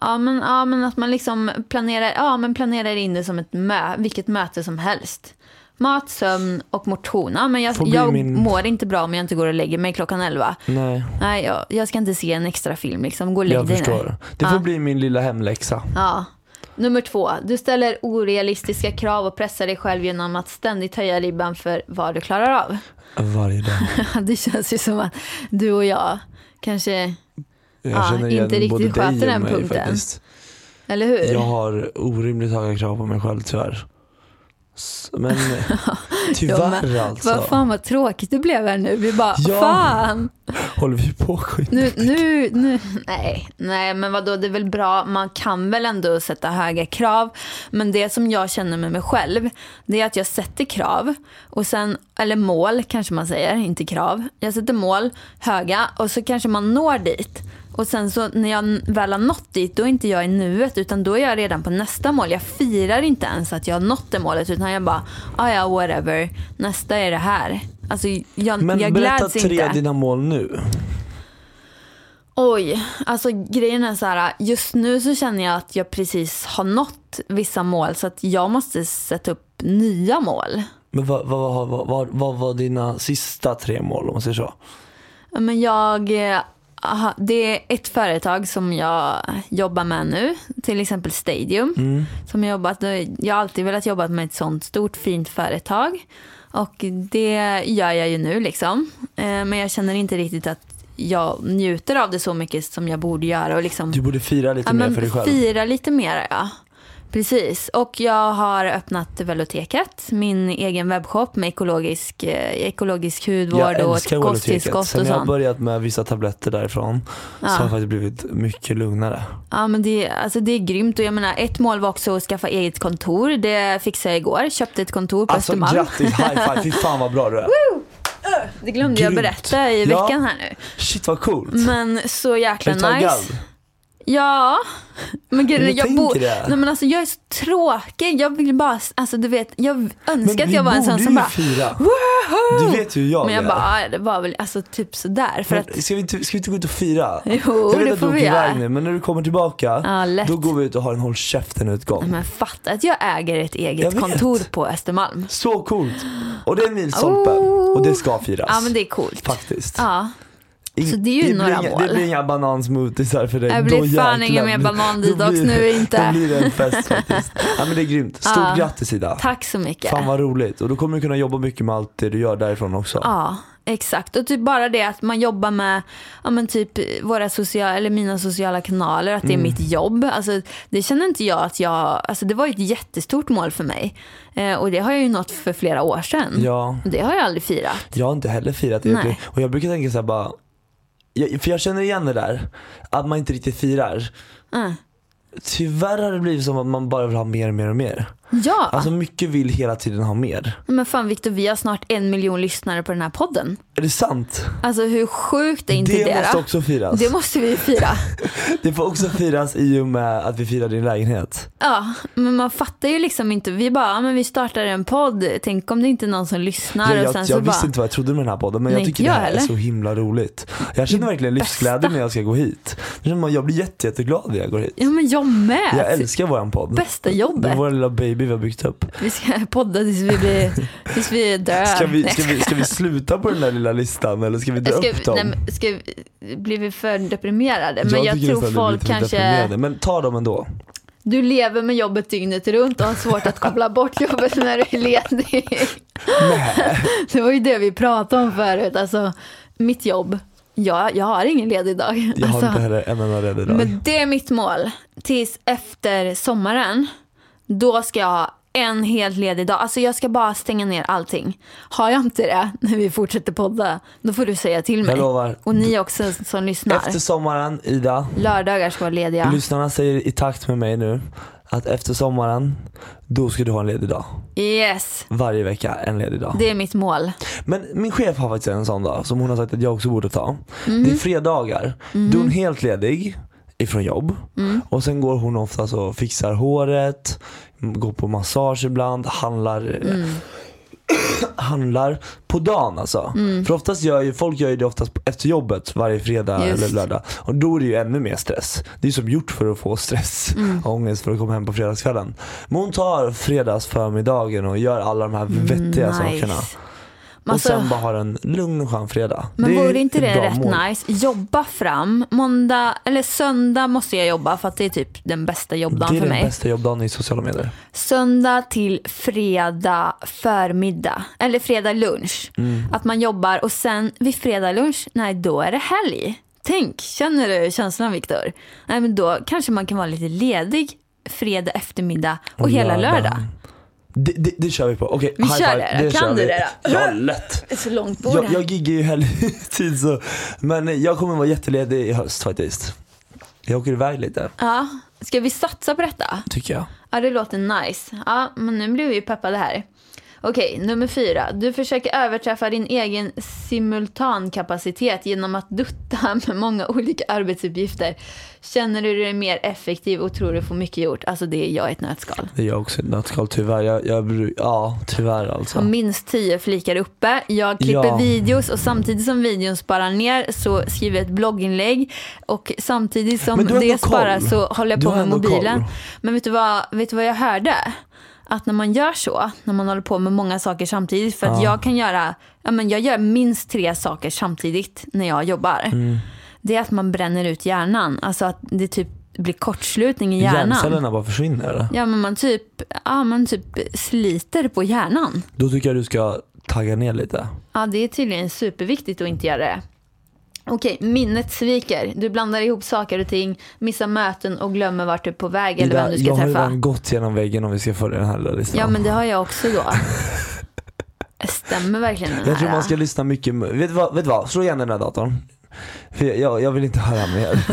Ja men, ja men att man liksom planerar, ja, men planerar in det som ett mö, vilket möte som helst. Mat, sömn och motion. Ja, men jag Får bli jag min- mår inte bra om jag inte går och lägger mig klockan 11. Nej, Nej, jag, jag ska inte se en extra film liksom. Gå och lägg jag dig nu. förstår. Det får Ja. bli min lilla hemläxa. Ja. Nummer två, du ställer orealistiska krav och pressar dig själv genom att ständigt höja ribban för vad du klarar av. Varje dag. Det känns ju som att du och jag kanske, Jag Ja, känner igen inte riktigt både dig sköter och den mig punkten. faktiskt. eller hur? Jag har orimligt höga krav på mig själv tyvärr. S- Men Ja, tyvärr alltså. Vad fan vad tråkigt det blev här nu. Vi bara, Ja. fan! Håller vi på skit? Nu, nu, nu. Nej, nej, men vadå, det är väl bra. Man kan väl ändå sätta höga krav. Men det som jag känner med mig själv, det är att jag sätter krav. Och sen, eller mål kanske man säger, inte krav. Jag sätter mål, höga, och så kanske man når dit. Och sen så när jag väl har nått dit, då är inte jag i nuet utan då är jag redan på nästa mål. Jag firar inte ens att jag har nått det målet utan jag bara, ah ja whatever, nästa är det här. Alltså jag, Men jag berätta gläds tre inte. dina mål nu. Oj, alltså grejen är så här. Just nu så känner jag att jag precis har nått vissa mål så att jag måste sätta upp nya mål. Men vad, vad, vad, vad, vad, vad var dina sista tre mål om man säger så? Men jag, eh, aha, det är ett företag som jag jobbar med nu, till exempel Stadium. Som jag, jobbat, jag har alltid velat jobba med ett sånt stort fint företag. Och det gör jag ju nu liksom. Eh, Men jag känner inte riktigt att jag njuter av det så mycket som jag borde göra. Och liksom... Du borde fira lite Ja, mer men för dig själv. Fira lite mer, ja. Precis. Och jag har öppnat Veloteket, min egen webbshop med ekologisk, eh, ekologisk hudvård Jag och älskar ett Walloteket. kosttillskott Sen och jag har sånt. börjat med vissa tabletter därifrån så har jag faktiskt blivit mycket lugnare. Ja, men det, alltså det är grymt. Och jag menar, ett mål var också att skaffa eget kontor. Det fixade jag igår. Köpte ett kontor på Alltså Östermalm. grattis, high five, fy fan vad bra du är. Det glömde jag grymt. berätta i Ja. veckan här nu. Shit vad coolt. Men så jäkla Är du Mm. nice. taggad? Ja, men grejen är, Men jag jag, bo- tänker det. Nej, men alltså, jag är så tråkig. Jag vill bara, alltså du vet, jag önskar Men att vi jag var en sån borde som ju bara fira. Du vet ju hur jag Men jag är. bara, ja, det var väl alltså typ sådär. För Men att, ska, vi inte, ska vi inte gå ut och fira? Jo, jag vet det att du får vi åker göra. iväg nu men när du kommer tillbaka Ja, lätt. Mm. då går vi ut och har en håll käften-utgång. men fatta att jag äger ett Jag eget vet. kontor på Östermalm. Så coolt! Och det är en milstolpe Oh. och det ska firas. Ja men det är coolt. Faktiskt. Ja, In- så det är ju blir några inga, mål. Det blir inga banansmoothisar för dig. Det blir Då jäklar fan ingen mer blir- banandetox då blir- nu, inte. Då blir det en fest faktiskt. Ja men det är grymt. Stort Ja. grattis Ida. tack så mycket. Fan vad roligt. Och då kommer du kunna jobba mycket med allt det du gör därifrån också. Ja, exakt. Och typ bara det att man jobbar med ja, men typ våra sociala, eller mina sociala kanaler, att det är Mm. mitt jobb. Alltså, det känner inte jag att jag, alltså det var ju ett jättestort mål för mig. Eh, och det har jag ju nått för flera år sedan. Ja. Och Det har jag aldrig firat. Jag har inte heller firat egentligen. Och jag brukar tänka så här bara, jag, för jag känner igen det där, att man inte riktigt firar. Mm. Tyvärr har det blivit som att man bara vill ha mer och mer och mer. Ja, Alltså mycket vill hela tiden ha mer. men fan Victor, vi har snart en miljon lyssnare på den här podden. Är det sant? Alltså hur sjukt är inte det? Det måste då? också firas. Det måste vi fira. Det får också firas i och med att vi firar din lägenhet. Ja, men man fattar ju liksom inte. Vi bara, ja, men vi startar en podd. Tänk om det inte Ah, är någon som lyssnar. Jag, och jag, sen jag så bara, visste inte vad jag trodde med den här podden men jag Nej, tycker inte det jag här är heller. så himla roligt. Jag känner verkligen livsglädje när jag ska gå hit. Jag känner bara- Jag blir jätte, jätteglad när jag går hit. Ja men jag med. Jag älskar våran podd. Bästa Det är jobbet. vår lilla baby vi har byggt upp. Vi ska podda tills vi, blir, tills vi dör. Ska vi, Nej, ska, vi, ska vi sluta på den där lilla listan eller ska vi dra ska vi- upp dem? nej, men ska vi, blir vi för deprimerade? Men jag, tycker nästan tror det blir folk lite kanske... deprimerande, Men ta dem ändå. Du lever med jobbet dygnet runt och har svårt att koppla bort jobbet när du är ledig. Det var ju det vi pratade om förut. Alltså, mitt jobb. Jag, jag har ingen ledig dag. Jag har Alltså, inte heller en enda ledig dag. Men det är mitt mål. Tills efter sommaren, då ska jag ha en helt ledig dag. Alltså jag ska bara stänga ner allting. Har jag inte det när vi fortsätter podda, då får du säga till mig. Jag lovar. Och ni också som lyssnar. Efter sommaren, Ida, Lördagar ska vara lediga. lyssnarna säger i takt med mig nu att efter sommaren, då ska du ha en ledig dag. Yes, Varje vecka en ledig dag. det är mitt mål. Men min chef har faktiskt en sån dag som hon har sagt att jag också borde ta. Det är fredagar. Då är hon helt ledig ifrån jobb. Och sen går hon ofta så fixar håret, m- går på massage ibland, handlar. handlar på dagen alltså. För oftast gör ju, folk gör ju det oftast efter jobbet varje fredag Just. eller lördag. Och då är det ju ännu mer stress. Det är ju som gjort för att få stress och ångest för att komma hem på fredagskvällen. Men hon tar fredagsförmiddagen och gör alla de här vettiga Mm, sakerna. Men Och alltså, sen bara ha en lugn och skön fredag. men Det är vore inte ett det bra rätt mål. nice? Jobba fram. Måndag, eller söndag måste jag jobba för att det är typ den bästa Det jobbdagen är för den mig. bästa jobbdagen i sociala medier. Söndag till fredag förmiddag, eller fredag lunch. Mm. Att man jobbar och sen vid fredag lunch, nej då är det helg. Tänk, känner du känslan Viktor? Nej men då kanske man kan vara lite ledig fredag eftermiddag och, hela lördag. Det, det, det kör vi på. Okej, Vi high kör five. det då. Kan kör du vi. det då? Ja, lätt. Det är så långt bord Jag, här. jag giggar ju helgtid så. Men jag kommer vara jätteledig i höst faktiskt. Jag åker iväg lite, Ja, ska vi satsa på detta? tycker jag. Ja, det låter nice. Ja, men nu blir vi ju peppade här. Okej, nummer fyra. Du försöker överträffa din egen simultankapacitet genom att dutta med många olika arbetsuppgifter. Känner du dig mer effektiv och tror du får mycket gjort? Alltså det är jag i ett nötskal. Det är jag också i ett nötskal tyvärr. Jag, jag, bru- ja, tyvärr alltså. På minst tio flikar uppe. Jag klipper Ja. videos och samtidigt som videon sparar ner så skriver jag ett blogginlägg. Och samtidigt som Men du har det ändå sparar koll. så håller jag Du på har med ändå mobilen. koll. Men vet du, vad, vet du vad jag hörde? Att när man gör så, när man håller på med många saker samtidigt. För att jag kan göra, ja, men jag gör minst tre saker samtidigt när jag jobbar. Mm. Det är att man bränner ut hjärnan. Alltså att det typ blir kortslutning i hjärnan. Hjärncellerna bara försvinner. eller? Ja men man typ, ja, man typ sliter på hjärnan. Då tycker jag du ska tagga ner lite. Ja, det är tydligen superviktigt att inte göra det. Okej, minnet sviker. Du blandar ihop saker och ting, missar möten och glömmer vart du är på väg eller vem du ska jag har träffa. redan gått genom väggen om vi ska följa den här lilla listan. Ja, men det har jag också då. Stämmer verkligen den Jag tror här? man ska lyssna mycket. Vet du vad? Vet du vad? Slå igen den här datorn. För jag- jag, jag vill inte höra mer.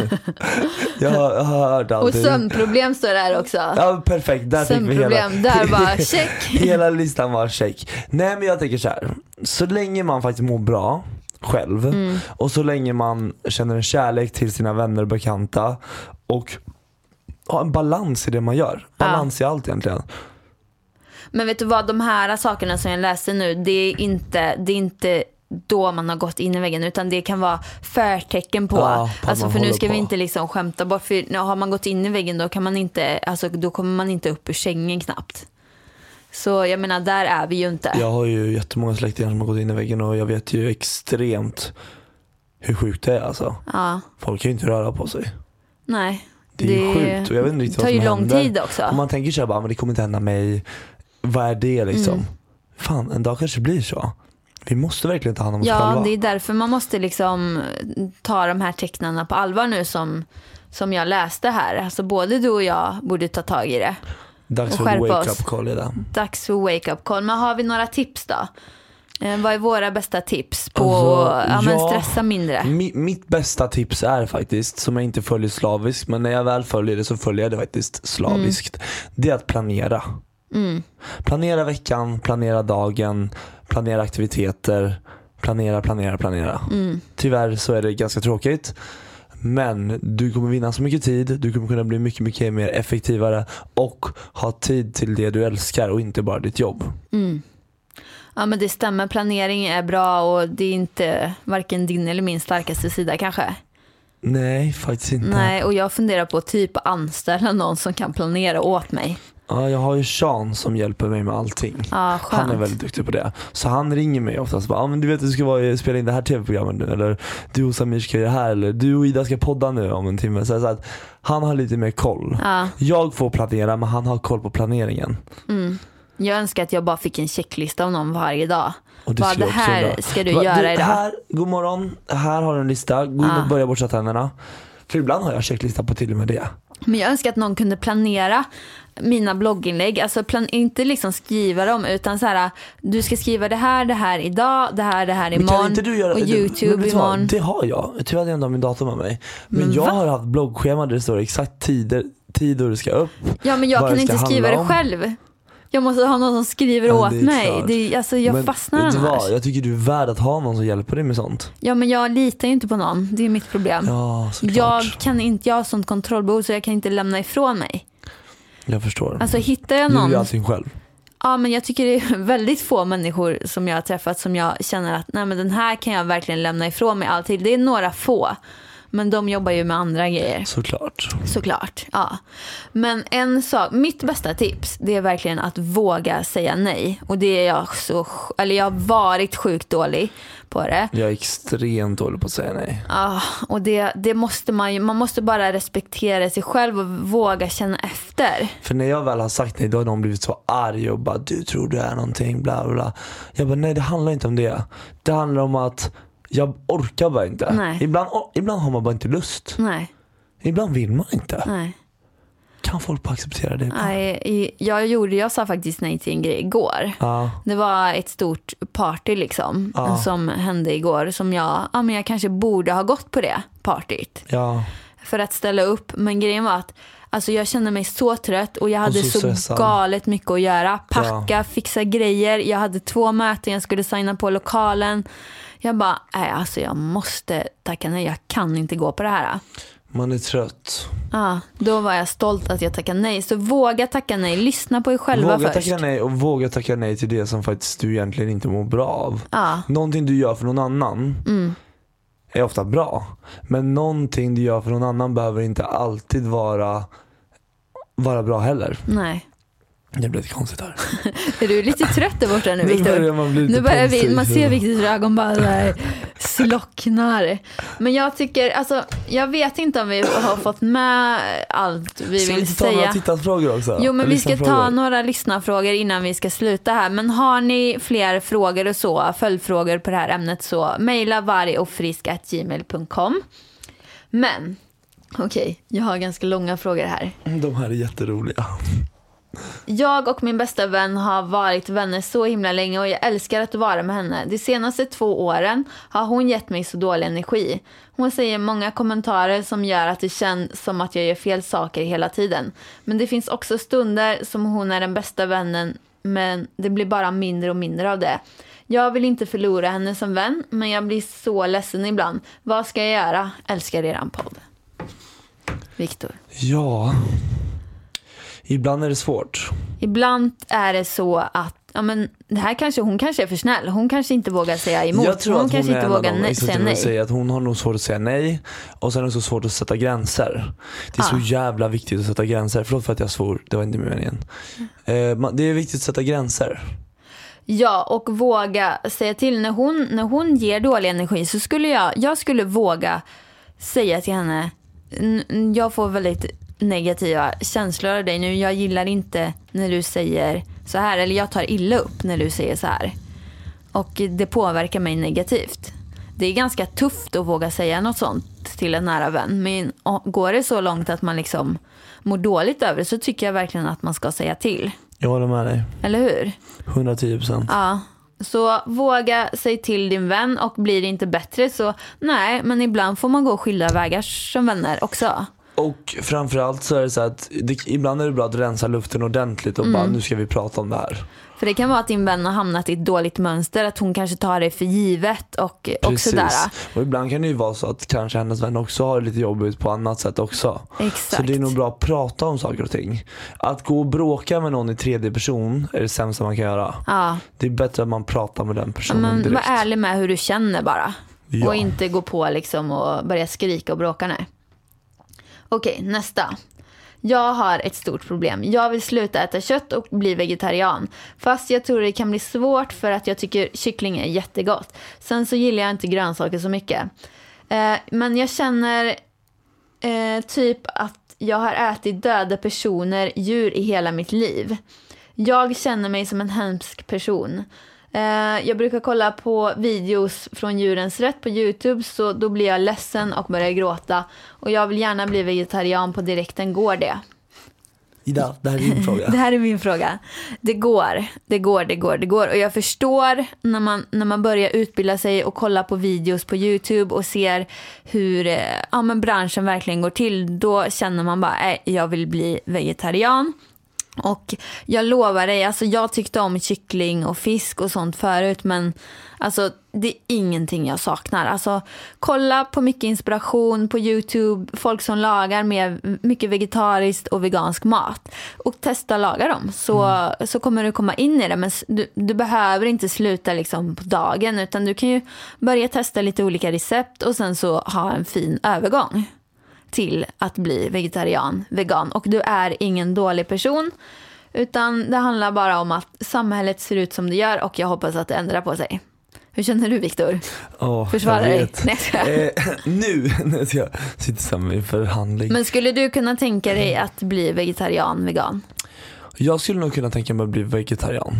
jag, har, jag har hört Och allting. sömnproblem står där också. Ja perfekt, där fick vi hela. Sömnproblem, där bara check. hela listan var check. Nej men jag tänker så här. Så länge man faktiskt mår bra själv Mm. och så länge man känner en kärlek till sina vänner och bekanta och har en balans i det man gör. Balans i allt egentligen. Men vet du vad, de här sakerna som jag läste nu, det är inte, det är inte då man har gått in i väggen utan det kan vara förtecken på, Ja, på att alltså man för nu håller ska vi på. inte liksom skämta bort, för när- har man gått in i väggen då kan man inte, alltså då kommer man inte upp ur sängen knappt. Så jag menar, där är vi ju inte. Jag har ju jättemånga släktingar som har gått in i väggen och jag vet ju extremt hur sjukt det är alltså. Ja, Folk kan ju inte röra på sig. nej. Det är ju sjukt och jag vet inte riktigt tar vad ju som lång händer. tid också. Och man tänker såhär bara, men det kommer inte hända mig. Vad är det liksom? Mm. Fan, en dag kanske blir så. Vi måste verkligen ta hand om oss Ja, själva. det är därför man måste liksom ta de här tecknarna på allvar nu som, som jag läste här. Alltså både du och jag borde ta tag i det. Dags och för ett skärpa wake oss. up call redan. Dags för wake up call. Men har vi några tips då? Eh, vad är våra bästa tips på att Alltså, ja, men ja. stressa mindre? Mi- mitt bästa tips är faktiskt, som jag inte följer slaviskt, men när jag väl följer det så följer jag det faktiskt slaviskt. Mm. Det är att planera. Planera veckan, planera dagen, planera aktiviteter, planera, planera, planera. Mm. Tyvärr så är det ganska tråkigt. Men du kommer vinna så mycket tid, du kommer kunna bli mycket, mycket mer effektivare och ha tid till det du älskar och inte bara ditt jobb. Ja men det stämmer, planering är bra och det är inte varken din eller min starkaste sida kanske. Nej, faktiskt inte. Nej, och jag funderar på typ att anställa någon som kan planera åt mig. Ja, jag har ju Sean som hjälper mig med allting. Ja, skönt. Han är väldigt duktig på det. Så han ringer mig oftast bara, ah, men du vet du ska vara, spela in det här tv-programmet nu eller du och Samir ska göra det här eller du och Ida ska podda nu om en timme. Så, så att han har lite mer koll. Ja. Jag får planera men han har koll på planeringen. Jag önskar att jag bara fick en checklista av någon varje dag. Och det Bara, skulle det jag också här undra. ska du Bara, göra idag. Här, god morgon, här har du en lista. Gå in och börja borsta tänderna. För ibland har jag checklista på till och med det. Men jag önskar att någon kunde planera mina blogginlägg, alltså plan- inte liksom skriva dem utan så här du ska skriva det här, det här idag, det här, det här Men imorgon och men YouTube vet du vad? Typ, imorgon. Mm, Det har jag. Tyvärr hade jag inte min dator med mig. Men, jag va? har haft bloggschema där det står exakt tider, tid då du ska upp. Ja men jag vad kan det inte ska skriva handla det om. själv. Jag måste ha någon som skriver Ja, åt det är mig. klart. Det, är- alltså, jag men, fastnar vet du annars. vad? Jag tycker du är värd att ha någon som hjälper dig med sånt. Ja men jag litar ju inte på någon, det är mitt problem. Ja, såklart. jag, Jag, kan inte, jag har sånt kontrollbehov så jag kan inte lämna ifrån mig. förstår. Alltså hittar jag du gör någon ju allting själv. Ja, men jag tycker det är väldigt få människor som jag har träffat som jag känner att nej, men den här kan jag verkligen lämna ifrån mig allt till. Det är några få, men de jobbar ju med andra grejer Såklart. såklart. Ja. Men en sak, mitt bästa tips det är verkligen att våga säga nej. Och det är jag så, sj- eller jag har varit sjukt dålig på det. Jag är extremt dålig på att säga nej. Ja, och det, det måste man ju, man måste bara respektera sig själv och våga känna efter. För när jag väl har sagt nej då har någon blivit så arg och bara du tror du är någonting bla bla bla. Jag bara nej det handlar inte om det. Det handlar om att jag orkar bara inte. Nej. Mm. Ibland, o- ibland har man bara inte lust. Nej, Ibland vill man inte. nej. Kan folk bara acceptera det? Nej, i- jag, gjorde, jag sa faktiskt nej till en grej igår. Ja. Det var ett stort party liksom Ja. som hände igår som jag, ja men jag kanske borde ha gått på det partyt Ja. för att ställa upp. Men grejen var att alltså, jag kände mig så trött och jag hade så så, stressad. galet mycket att göra. Packa, fixa grejer. Jag hade två möten, jag skulle signa på lokalen. Jag bara, nej alltså jag måste tacka nej, jag kan inte gå på det här. Man är trött. Ja, då var jag stolt att jag tackade nej. Så våga tacka nej, lyssna på er själva Våga först. tacka nej och våga tacka nej till det som faktiskt du egentligen inte mår bra av. Ja, Mm. Någonting du gör för någon annan är ofta bra. Men någonting du gör för någon annan behöver inte alltid vara, vara bra heller. nej. Det blev lite konstigt här. Är du lite trött där borta nu Nu Viktor? börjar man bli lite Nu börjar vi, påsig. man ser Viktors ögon bara där slocknar. Men jag tycker, alltså jag vet inte om vi har fått med allt vi Ska vi vill inte ta några säga. tittarfrågor också? Jo men vi ska ta Lyssnarfrågor. några lyssnarfrågor innan vi ska sluta här. Men har ni fler frågor och så, följdfrågor på det här ämnet så mejla vargochfrisk.gmail.com. Men, okej, jag har ganska långa frågor här. De här är jätteroliga. Jag och min bästa vän har varit vänner så himla länge och jag älskar att vara med henne. De senaste två åren har hon gett mig så dålig energi. Hon säger många kommentarer som gör att det känns som att jag gör fel saker hela tiden. Men det finns också stunder som hon är den bästa vännen men det blir bara mindre och mindre av det. Jag vill inte förlora henne som vän men jag blir så ledsen ibland. Vad ska jag göra? Älskar eran podd. Viktor. Ja. Ibland är det svårt. Ibland är det så att ja, men det här kanske, hon kanske är för snäll. Hon kanske inte vågar säga emot. Jag tror att hon hon kanske är inte en av vågar dem nej, exakt säga som jag nej. säger, att hon har nog svårt att säga nej och sen är det så svårt att sätta gränser. Det är så Ah. jävla viktigt att sätta gränser. Förlåt för att jag svor, det var inte meningen. Eh, man- det är viktigt att sätta gränser. Ja, och våga säga till. När hon, när hon ger dålig energi så skulle jag, jag skulle våga säga till henne, "N- n- jag får väldigt negativa känslor av dig nu. Jag gillar inte när du säger så här. Eller jag tar illa upp när du säger så här. Och det påverkar mig negativt. Det är ganska tufft att våga säga något sånt till en nära vän. Men å- går det så långt att man liksom mår dåligt över det så tycker jag verkligen att man ska säga till. Jag håller med dig. Eller hur? 110%. Ja. Så våga säg till din vän och blir det inte bättre så nej, men ibland får man gå skilda vägar som vänner också. Och framförallt så är det så att det, ibland är det bra att rensa luften ordentligt och Mm. bara nu ska vi prata om det här. För det kan vara att din vän har hamnat i ett dåligt mönster, att hon kanske tar det för givet och, och sådär. Och ibland kan det ju vara så att kanske hennes vän också har det lite jobbigt på annat sätt också. Exakt. Så det är nog bra att prata om saker och ting. Att gå och bråka med någon i tredje person är det sämsta man kan göra. Ja, Det är bättre att man pratar med den personen men var direkt. ärlig med hur du känner bara. Ja. Och inte gå på liksom och börja skrika och bråka. Nej. Okej, nästa. Jag har ett stort problem. Jag vill sluta äta kött och bli vegetarian. Fast jag tror det kan bli svårt för att jag tycker kyckling är jättegott. Sen så gillar jag inte grönsaker så mycket. Eh, men jag känner eh, typ att jag har ätit döda personer, djur i hela mitt liv. Jag känner mig som en hemsk person. Eh, jag brukar kolla på videos från Djurens Rätt på Youtube så då blir jag ledsen och börjar gråta. Och jag vill gärna bli vegetarian på direkten, går det? Ida, det här är din fråga. Det här är min fråga. Det går, det går, det går, det går. Och jag förstår när man, när man börjar utbilda sig och kolla på videos på YouTube och ser hur eh, ja, men branschen verkligen går till. Då känner man bara, "Nej, jag vill bli vegetarian. Och jag lovar dig, alltså jag tyckte om kyckling och fisk och sånt förut men alltså det är ingenting jag saknar. Alltså kolla på mycket inspiration på Youtube, folk som lagar med mycket vegetariskt och vegansk mat och testa laga dem så, så kommer du komma in i det men s- du, du behöver inte sluta liksom på dagen utan du kan ju börja testa lite olika recept och sen så ha en fin övergång till att bli vegetarian, vegan. Och du är ingen dålig person. Utan det handlar bara om att samhället ser ut som det gör och jag hoppas att det ändrar på sig. Hur känner du Viktor? Oh, Försvara dig. Nej, jag skojar. Eh, nu, när jag sitter samman i förhandling. Men skulle du kunna tänka dig att bli vegetarian, vegan? Jag skulle nog kunna tänka mig att bli vegetarian.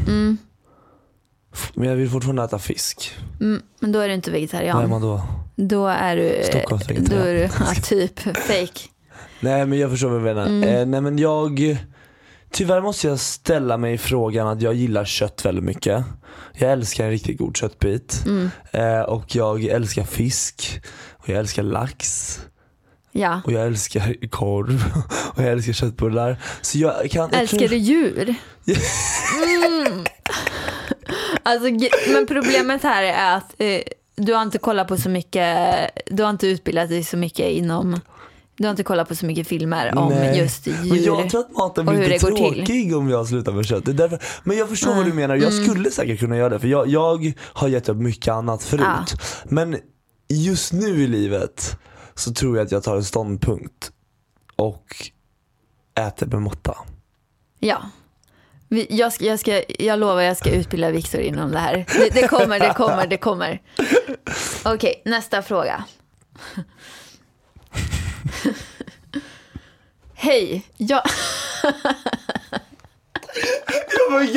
F- Men jag vill fortfarande äta fisk. Mm, men då är du inte Vad är vegetarian. man då? Då är du... Då Stockholmsvegetarian. är du ja, typ fake. Nej men jag förstår vad du menar. Eh, nej men jag, tyvärr måste jag ställa mig frågan att jag gillar kött väldigt mycket. Jag älskar en riktigt god köttbit. Eh, och jag älskar fisk. Och jag älskar lax. Ja. Och jag älskar korv. Och jag älskar köttbullar. Så jag kan... jag Älskar du djur? Mm. Alltså, ge- men problemet här är att eh, du har inte kollat på så mycket, du har inte utbildat dig så mycket inom, du har inte kollat på så mycket filmer om Nej. just djur. Men jag tror att maten och blir hur lite det går till. Mm. tråkig om jag slutar med kött. Det är därför, men jag förstår vad du menar. Jag skulle säkert kunna göra det för jag, jag har gett upp mycket annat förut. Ah. Men just nu i livet så tror jag att jag tar en ståndpunkt och äter med måtta. Ja. Vi- Jag, ska, jag, ska, jag lovar jag ska utbilda Viktor inom det här. Det, det kommer, det kommer, det kommer. Okej, nästa fråga. Hej, jag... Oh my God.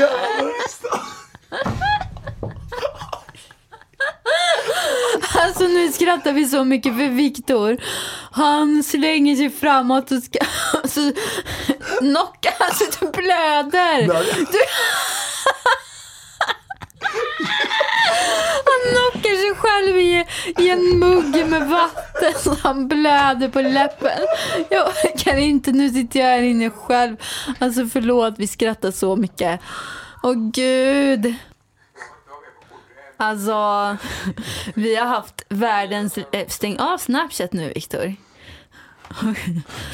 Alltså nu skrattar vi så mycket för Viktor. Han slänger sig framåt och ska... Alltså, knocka, alltså du blöder. Du... Han knockar sig själv i, i en mugg med vatten så han blöder på läppen. Jag kan inte, nu sitter jag här inne själv. Alltså förlåt, vi skrattar så mycket. Åh gud. Alltså, vi har haft världens... eh, Stäng av Snapchat nu, Viktor.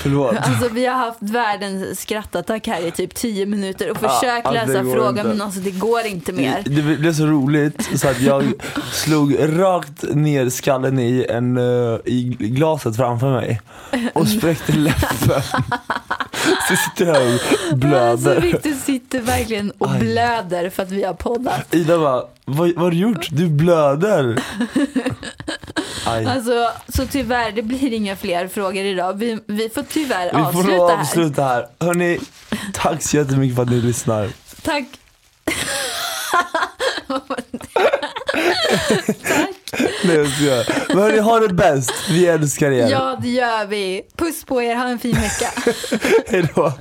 Förlåt. Alltså, vi har haft världens skrattattack här i typ 10 minuter och försökt alltså, det läsa går frågan, inte. men alltså det går inte mer. Det blev så roligt så att jag slog rakt ner skallen i, en, eh, i glaset framför mig och spräckte läppen. Så sitter jag och Alltså, blöder. Viktor sitter verkligen och Aj. blöder för att vi har poddat. Ida bara, vad, vad har du gjort? Du blöder. Aj. Alltså, så tyvärr, det blir inga fler frågor idag. Vi, vi får tyvärr Vi får nog avsluta här. avsluta här. Hörni, tack så jättemycket för att ni lyssnar. Tack. Nej, jag skojar. Men hörni, ha det bäst. Vi älskar er. Ja, det gör vi. Puss på er, ha en fin vecka. Hejdå.